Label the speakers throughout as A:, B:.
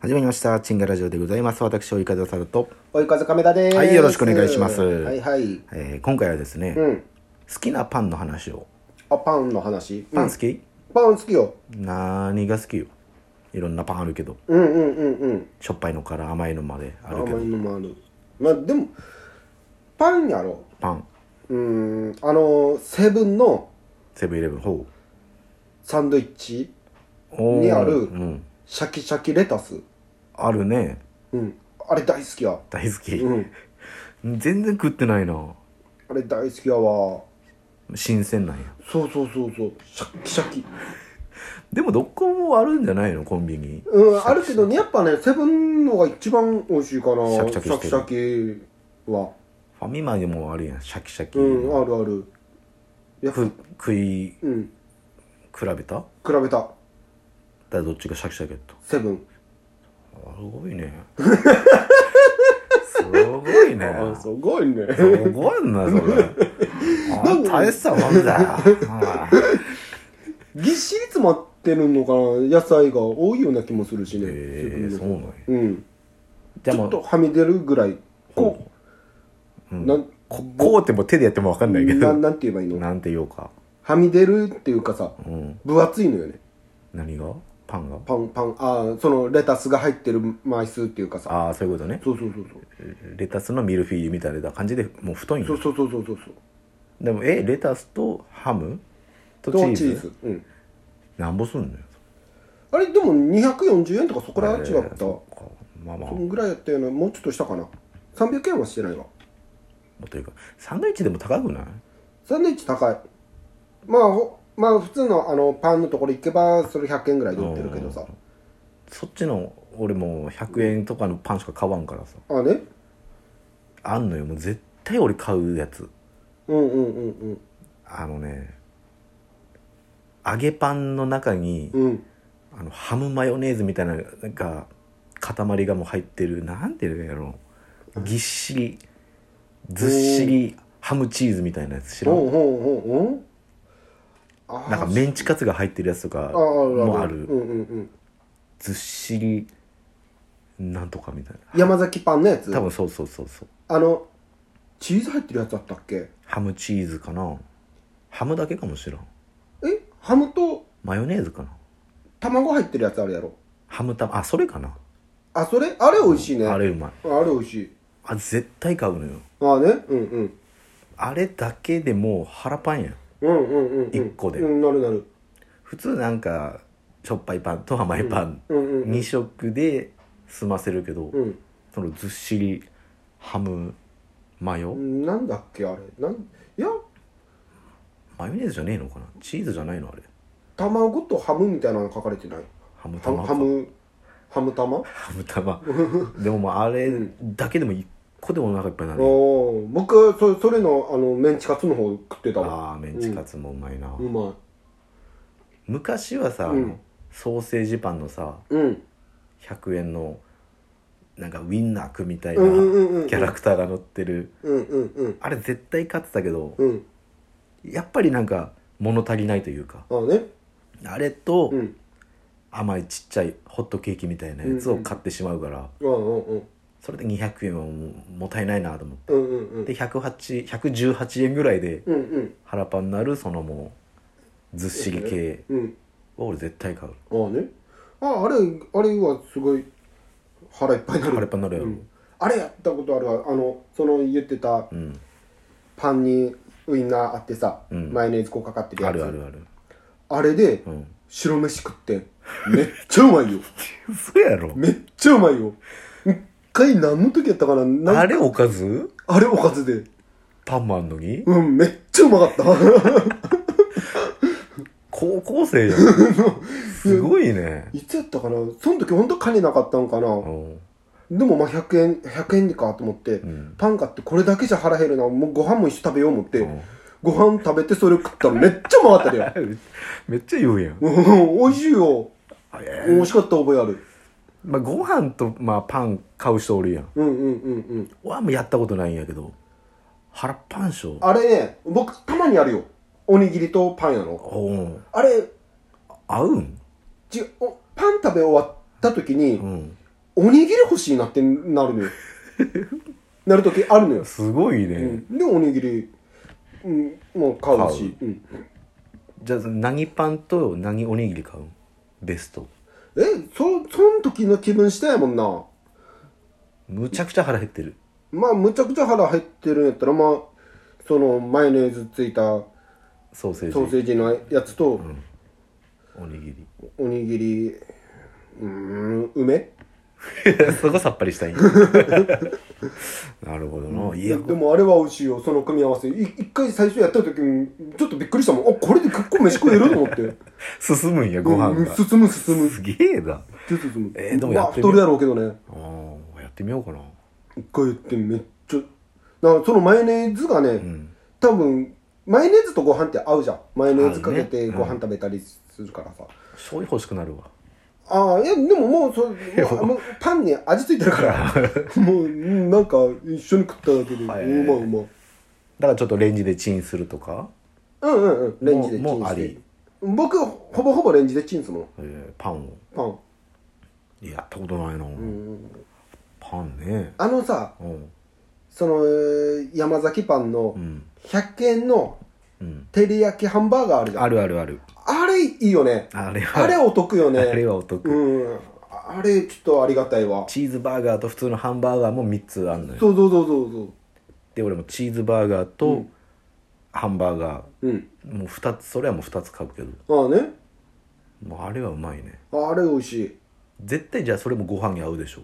A: 始まりました。チンガラジオでございます。私、及川さると、
B: 追い風亀田です。
A: はいよろしくお願いします
B: はいはい。
A: えー今回はですね、
B: うん。
A: 好きなパンの話を。
B: あ、パンの話。
A: パ
B: う
A: ン
B: ん
A: 好き、
B: パン好きよ。
A: 何が好きよいろんなパンあるけど、
B: うんうんうんうん。
A: しょっぱいのから甘いのまである
B: 甘
A: け
B: い
A: ど、
B: のもある。まあでも、パンやろ。
A: パン、
B: うーん。あの、セブンの
A: セブンイレブン、ほ
B: サンドイッチ、
A: う。おー
B: にある
A: うん。
B: シャキシャキレタス。
A: あるね。
B: うん。あれ大好きや。
A: 大好き。
B: うん。
A: 全然食ってないな。
B: あれ大好きやわ。
A: 新鮮なんや。
B: そうそうそうそう。シャキシャキ。
A: でもどこもあるんじゃないのコンビニ。
B: うん、あるけどね、やっぱね、セブンのが一番美味しいかな。
A: シャキシャキしてる
B: シャキシャキは。
A: ファミマでもあるやん、シャキシャキ。
B: うん、あるある。やっぱ
A: ふ食い比
B: うん、
A: べただか
B: 比べた。
A: らどっちがシャキシャキやった
B: セブン。
A: すごいね。すごいね。
B: すごいね。
A: すごいな、そ れ。あんた大したもんだよ。
B: ぎっしり詰まってるのかな野菜が多いような気もするしね。
A: ええ
B: セ
A: そ
B: ブ
A: う
B: ンの
A: なんや。
B: うん。
A: じゃあ
B: ちょ
A: も
B: っ
A: う
B: と、はみ出るぐらい。こ
A: う
B: う、
A: ん、
B: な
A: こ
B: ん、
A: こうってもう手でやってもわかんないけ
B: な
A: ど。
B: なんて言えばいいの
A: なんて言おうか。
B: はみ出るっていうかさ、
A: うん。
B: 分厚いのよね。
A: 何がパンが
B: パン、パン、ああ、そのレタスが入ってる枚数っていうかさ。
A: ああ、そういうことね。
B: そうそうそうそう。
A: レタスのミルフィーユみたいな感じで、もう太いん
B: そ
A: よ
B: うそうそうそうそうそう。
A: でも、え、レタスとハムとチ
B: とチ
A: ーズ
B: ーズ。うん。
A: なんぼすんのよ。
B: あれ、でも240円とかそこら違った。そ
A: そっかまあまあ。
B: んぐらいやったような、もうちょっとしたかな。300円はしてないわ。
A: というか、サンドイッチでも高くない
B: サンドイッチ高いまあほまあ普通のあのパンのところ行けばそれ100円ぐらいで売ってるけどさ
A: そっちの俺もう100円とかのパンしか買わんからさ
B: あね
A: あんのよもう絶対俺買うやつ
B: うんうんうん
A: あのね揚げパンの中に、
B: うんうん
A: あのハムマヨネーズみたいななんか塊がもう入ってるなんていうんやろぎっしりずっしりハムチーズみたいなやつ知ら
B: ほ
A: ん
B: うほうほうほうあー
A: なんかメンチカツが入ってるやつとか
B: あー
A: もあ
B: う
A: る
B: んうんうん
A: ずっしりなんとかみたいな
B: 山崎パンのやつ
A: 多分そうそうそうそう
B: あのチーズ入ってるやつあったっけ
A: ハムチーズかなハムだけかもしらん
B: えハムと
A: マヨネーズかな
B: 卵入ってるやつあるやろ
A: ハムたあそれかな
B: あそれあれ美味しいね
A: あ
B: あれ
A: れうまい
B: 美味しい
A: あ絶対買うのよ
B: ああねうんうん
A: あれだけでもう腹パンやん
B: うんうんうんうん
A: 一個で
B: うんなるなる
A: 普通なんかしょっぱいパンと甘いパン
B: うんうんうん
A: 2色で済ませるけど
B: うん
A: そのずっしりハムマヨ
B: なんだっけあれなんいや
A: マヨネーズじゃねえのかなチーズじゃないのあれ
B: 卵とハムみたいなの書かれてない
A: ハム
B: ハム
A: 玉か
B: ハムハム玉
A: ハム玉でももうあれだけでも1個でもお腹いっぱいになるよ
B: おー僕そそれのあのメンチカツの方食ってたわ
A: あーメンチカツもうまいな、
B: うまい
A: 昔はさ、あの
B: うん
A: ソーセージパンのさ
B: うん
A: 100円のなんかウィンナーくみたいな
B: うんうんうんうん
A: キャラクターが乗ってる
B: うんうんうん
A: あれ絶対買ってたけど
B: うん
A: やっぱりなんか物足りないというか
B: ああね
A: あれと
B: うん
A: 甘いちっちゃいホットケーキみたいなやつを買ってしまうから
B: ああうんうん
A: それで200円はもうもったいないなと思っ
B: うんうんうん
A: てで108 118円ぐらいで
B: うんうん
A: 腹パンになるそのもうずっしり系
B: うん
A: を俺絶対買う
B: ああねあああれあれはすごい腹いっぱいにな
A: 腹いっ
B: る
A: ぱいになるやろ
B: うんあれやったことあるわあのその言ってた
A: うん
B: パンにウインナーあってさ、
A: うん
B: マヨネーズこうかかってる
A: あ
B: やつ
A: るあるある
B: あれで
A: うん
B: 白飯食ってめっちゃうまいよ
A: 嘘やろ
B: めっちゃうまいよ一回何の時やったかななん
A: あれおかず
B: あれおかずで
A: パンもあんのに
B: うんめっちゃうまかった
A: 高校生じゃんすごいね
B: いつやったかなその時本当金なかったんかな、
A: うん
B: でもまあ100円100円でかと思って、
A: うん
B: パン買ってこれだけじゃ腹減るなもうご飯も一緒食べよう思って、
A: うん
B: ご飯食べてそれ食ったらめっちゃうまかったで よ
A: めっちゃ言うやん
B: うん美味しいよ
A: え
B: 美味しかった覚えある
A: まあご飯とまあパン買う人おるやん
B: うんうんうんうん
A: 俺はもうやったことないんやけど腹パンショー
B: あれね僕たまにあるよおにぎりとパンやの
A: おうん
B: あれ
A: 合うん
B: ちおパン食べ終わった時に、
A: うん
B: おにぎり欲しいなってな るのよなる時あるのよ、
A: すごいね、
B: うん、でおにぎり、うん、もう買うしうん、
A: じゃあ何パンと何おにぎり買うんベスト
B: えそその時の気分したやもんな
A: むちゃくちゃ腹減ってる
B: まあむちゃくちゃ腹入ってるんやったらまあそのマヨネーズついた
A: ソ
B: ソ
A: ーセージ
B: ーセージのやつと
A: おにぎり
B: おにぎりうーん梅
A: そこさっぱりしたい んやなるほどな、い
B: いや
A: や
B: でもあれは美味しいよその組み合わせい一回最初やった時にちょっとびっくりしたもんあこれで結構飯食えると思って
A: 進むんやご
B: う
A: 飯
B: ん
A: が、
B: 進む進む
A: すげえな
B: 進む
A: えーでも
B: ま
A: や
B: あ
A: ってみ
B: 太るやろうけどね
A: あーやってみようかな
B: 一回やってめっちゃだからそのマヨネーズがね、
A: うん
B: 多分マヨネーズとご飯って合うじゃんマヨネーズかけ
A: 合う
B: て
A: ねうん
B: ご飯食べたりするからさ、
A: 醤油欲しくなるわ
B: ああいやでももうそもうもうパンに味付いてるから もうなんか一緒に食っただけで、
A: はい
B: うんうまいうまい
A: だからちょっとレンジでチンするとか、
B: うんうんうんレンジでチ
A: もう
B: ン
A: もうあ
B: し
A: り
B: て僕ほぼほぼレンジでチンするもん
A: えーパンを
B: パン、
A: やったことないな、
B: うんうん、
A: パンね
B: あのさ
A: うん
B: そのえー山崎パンの
A: うん
B: 100円の
A: うん
B: 照り焼きハンバーガーあるじゃん
A: あるあるある
B: あれいいよね
A: あれは
B: あれお得よね
A: あれはお得、
B: うんあれちょっとありがたいわ
A: チーズバーガーと普通のハンバーガーも3つあんのよ
B: そうそうそうそうそう
A: で俺もチーズバーガー
B: う
A: と
B: ん
A: ハンバーガ
B: うん
A: ーもう2つそれはもう2つ買うけど
B: ああね
A: もうあれはうまいね
B: あれ美味しい
A: 絶対じゃあそれもご飯に合うでしょ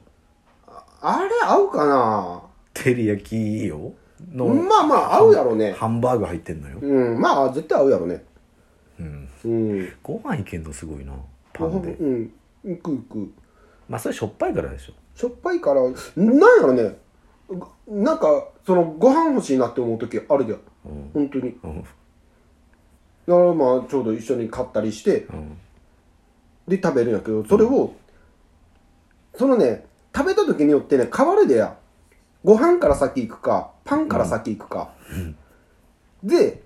B: あれ合うかな
A: 照り焼きよの、
B: まあまあ合うやろね
A: ハンバーグ入ってんのよ、
B: うんまあ絶対合うやろね
A: うん、
B: うん
A: ご飯いけんのすごいなパンで
B: うんいくいく
A: まあそれしょっぱいからでしょ
B: しょっぱいからなんやろねごなんかそのご飯欲しいなって思う時あるじゃ
A: う
B: ん
A: ん
B: 本当にだか
A: うん
B: らまあちょうど一緒に買ったりして
A: うん
B: で食べるんやけどそれをそのね食べた時によってね変わるでやご飯から先行くかパンから先行くか、で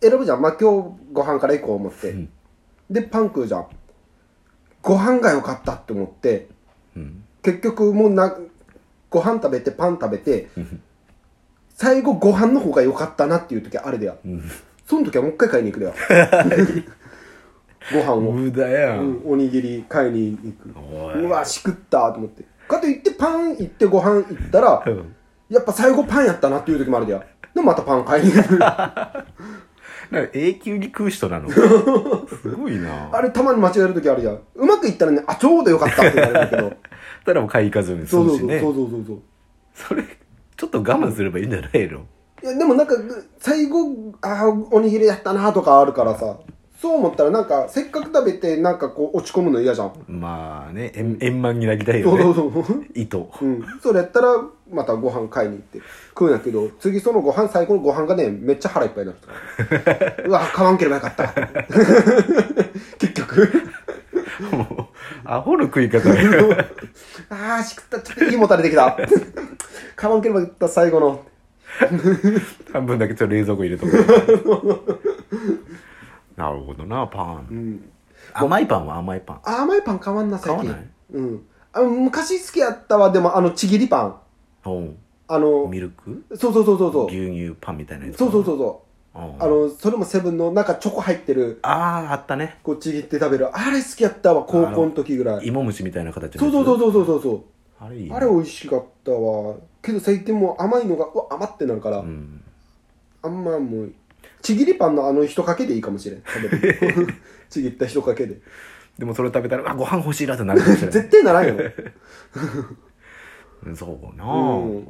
B: 選ぶじゃんまあ今日ご飯から行こう思って、
A: ん
B: でパン食うじゃんご飯が良かったって思って
A: うん
B: 結局もうなご飯食べてパン食べて最後ご飯の方が良かったなっていう時あれだよ、その時はもう一回買いに行 くだよご飯を、
A: 無駄やん、
B: うんおにぎり買いに行く
A: おいう
B: わしくったと思ってかといってパン行ってご飯行ったら
A: うん
B: やっぱ最後パンやったなっていう時もあるだよでまたパン買いに行 くあ
A: なんか永久に食う人な のすごいな
B: れたまに間違える時あるじゃんうまくいったらねあちょうどよかったってなるんだけど
A: たらもう買い行かずに済
B: そう
A: む
B: そう
A: し
B: そう
A: ね
B: そうそうそうそう
A: それちょっと我慢すればいいんじゃないの
B: いやでもなんかぐ最後ああおにぎりやったなとかあるからさそう思ったらなんかせっかく食べてなんかこう落ち込むの嫌じゃん、
A: まあね円円満になりたい
B: そ
A: よ
B: うそ
A: ね
B: うそう
A: 糸
B: うんそれやったらまたご飯買いに行って食うんやけど次そのご飯最後のご飯がねめっちゃ腹いっぱいになると かうわ買わんければよかった 結局
A: もうアホの食い方や
B: ああしくったちょっといいもたれてきた買わんければよかった最後の
A: 半分だけちょっと冷蔵庫入れとく なるほどなパン、甘いパンは甘いパン
B: あ甘いパン買わんな最近
A: 買わない
B: うんあ昔好きやったわでもあのちぎりパン
A: お
B: あの
A: ミルク
B: そうそうそうそうそう
A: 牛乳パンみたいなやつ
B: そうそうそうそ
A: うん
B: うあのそれもセブンのなんかチョコ入ってる
A: あああったね
B: こうちぎって食べるあれ好きやったわ高校の時ぐらい
A: 芋虫みたいな形の
B: そう
A: やつ
B: そうそうそうそうそうそう
A: あれいいね
B: あれ美味しかったわけど最近もう甘いのがうわ甘ってなるから、
A: うん
B: あんまもうちぎりパンのあの一かけでいいかもしれん食べるちぎった一かけで
A: でもそれ食べたらあご飯欲しいなってなるかもしれない
B: 絶対ならんよね、
A: うんそうな、
B: うん、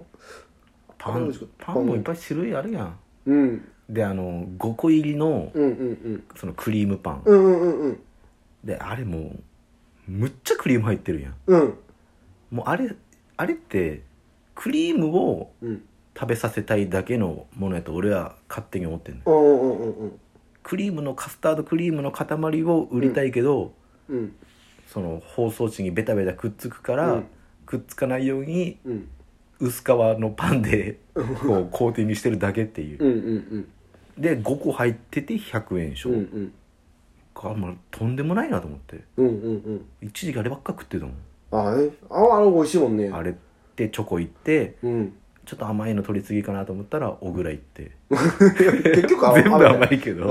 A: パ
B: あれ美
A: ン
B: 味しかった
A: パンもいっぱい種類あるやん
B: うん
A: であの5個入りの
B: うんうん
A: そのクリームパン、
B: うんうんうんうん
A: であれもうむっちゃクリーム入ってるやん
B: うん
A: もうあれあれってクリームを
B: うん
A: 食べさせたいだけのものやと俺は勝手に思ってんのよ
B: うんうんうんうん
A: クリームのカスタードクリームの塊を売りたいけど、
B: うん
A: その包装紙にベタベタくっつくから、
B: うん
A: くっつかないように
B: うん
A: 薄皮のパンでこうコーティングしてるだけっていう、
B: うんうん
A: で5個入ってて100円でしょ、
B: うんうん
A: かまあ、とんでもないなと思って
B: うんうんうん
A: 一時期あればっか食ってたもん
B: あえああれ美味しいもんね
A: あれってチョコ行って
B: うん
A: ちょっと甘いの取り次ぎかなと思ったら小倉行って
B: 結局
A: 全部
B: あ
A: 甘いけど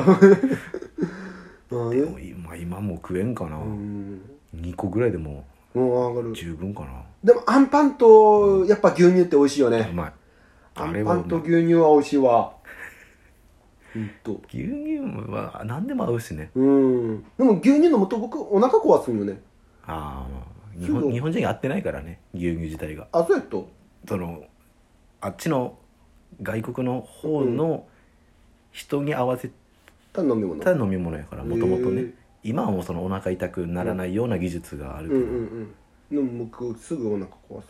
B: うん
A: でも今今もう食えんかな、
B: うん
A: 2個ぐらいでも
B: うん上が
A: う
B: る
A: 十分かな
B: でもあんパンとやっぱ牛乳って美味しいよ
A: う
B: ね
A: まい
B: あ
A: あ
B: ん
A: れ
B: パ
A: はう
B: ンと
A: まい
B: 牛乳は美味しいわうんと
A: 牛乳は何でも合うしね
B: うんでも牛乳飲むと僕お腹壊すんよね
A: ああまあ日
B: そう
A: 本日本人が合ってないからね牛乳自体が
B: あそうやっと
A: そのあっちの外国の方の人に合わせ
B: た飲み物
A: た飲み物やからもともと
B: へ
A: ね
B: ー
A: 今はもうそのお腹痛くならないような技術がある
B: う
A: から、
B: んうんうんでも僕すぐお腹壊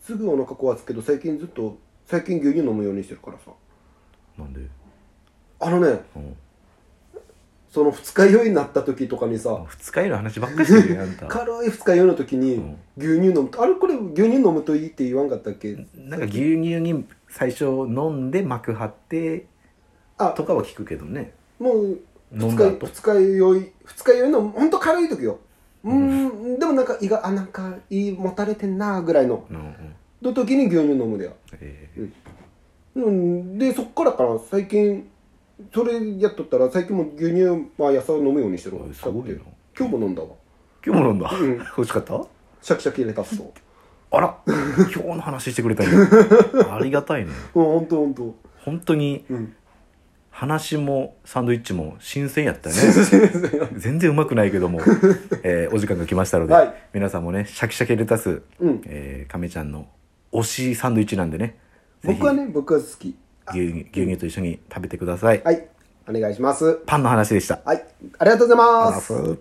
B: すすぐお腹壊すけど最近ずっと最近牛乳飲むようにしてるからさ
A: なんで、
B: あのね
A: うん、
B: その二日酔いになった時とかにさ
A: 二日酔いの話ばっかりして るよあんた
B: 軽い二日酔いの時に
A: うん
B: 牛乳飲むとあれこれ牛乳飲むといいって言わんかったっけ
A: なんか牛乳に最初飲んで膜張って
B: あ
A: とかは聞くけどね
B: もう
A: 飲
B: 二
A: ん
B: 日
A: だ
B: 酔い
A: 後
B: 二日酔い二日酔いのほんと軽い時ようーんでもなんか胃があなんか胃もたれてんなぐらいの
A: うんうん
B: の時に牛乳飲むでや
A: え
B: うんでそっからから最近それやっとったら最近も牛乳まあ野菜を飲むようにしてるわ
A: おいすごいな
B: 今日も飲んだわ
A: ー今日も飲んだ、
B: うん
A: 美味しかった
B: シャキシャキレタスと
A: あ ら今日の話してくれたよありがたいね
B: うんほんとほんと
A: 本当に
B: うん
A: 話もサンドイッチも新鮮やったね
B: う
A: 全然うまくないけども、えーお時間が来ましたので、
B: はい
A: 皆さんもねシャキシャキレタス、
B: ん
A: えー、亀ちゃんの推しサンドイッチなんでねぜひ
B: 僕はね僕は好き
A: 牛乳牛乳と一緒に食べてください、
B: はいお願いします
A: パンの話でした
B: はいありがとうございます
A: あらそう